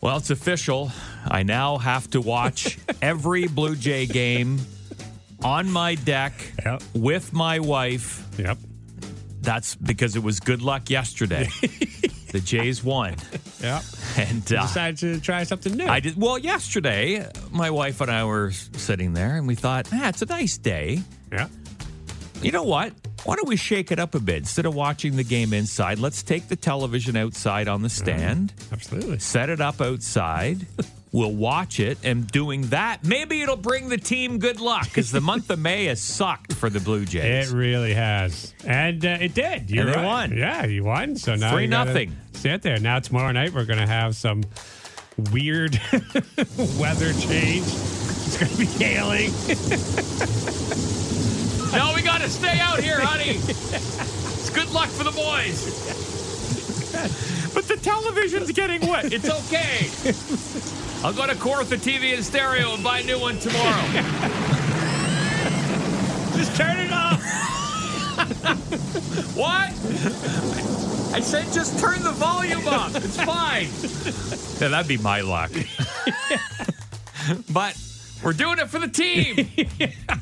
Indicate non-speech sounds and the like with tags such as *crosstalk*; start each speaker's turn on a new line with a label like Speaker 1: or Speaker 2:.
Speaker 1: Well, it's official. I now have to watch every Blue Jay game on my deck
Speaker 2: Yep.
Speaker 1: with my wife.
Speaker 2: Yep.
Speaker 1: That's because it was good luck yesterday. the Jays won,
Speaker 2: Yep.
Speaker 1: and uh,
Speaker 2: Decided to try something new.
Speaker 1: I did well yesterday. My wife and I were s- sitting there, and we thought, ah, it's a nice day.
Speaker 2: yeah.
Speaker 1: You know what? Why don't we shake it up a bit? Instead of watching the game inside, let's take the television outside on the stand,
Speaker 2: Absolutely.
Speaker 1: set it up *laughs* outside. We'll watch it, and doing that, maybe it'll bring the team good luck because the month of May has sucked for the Blue
Speaker 2: It
Speaker 1: Jays.
Speaker 2: really has, and uh, it did. You're
Speaker 1: they
Speaker 2: right.
Speaker 1: won.
Speaker 2: Yeah, you won. So now
Speaker 1: Three
Speaker 2: you gotta
Speaker 1: nothing.
Speaker 2: Sit there. Now tomorrow night we're gonna have some weird *laughs* weather change. It's gonna be *laughs* hailing.
Speaker 1: no, Oh, we got to stay out here, *laughs* honey. it's good luck for the boys. but the television's getting wet. It's *laughs* okay. I'll go to Cortha TV and Stereo and buy a new one tomorrow. *laughs*
Speaker 2: Just turn it off.
Speaker 1: What? I said just turn the volume up. It's fine. Yeah, that'd be my *laughs* luck. but we're doing it for the team.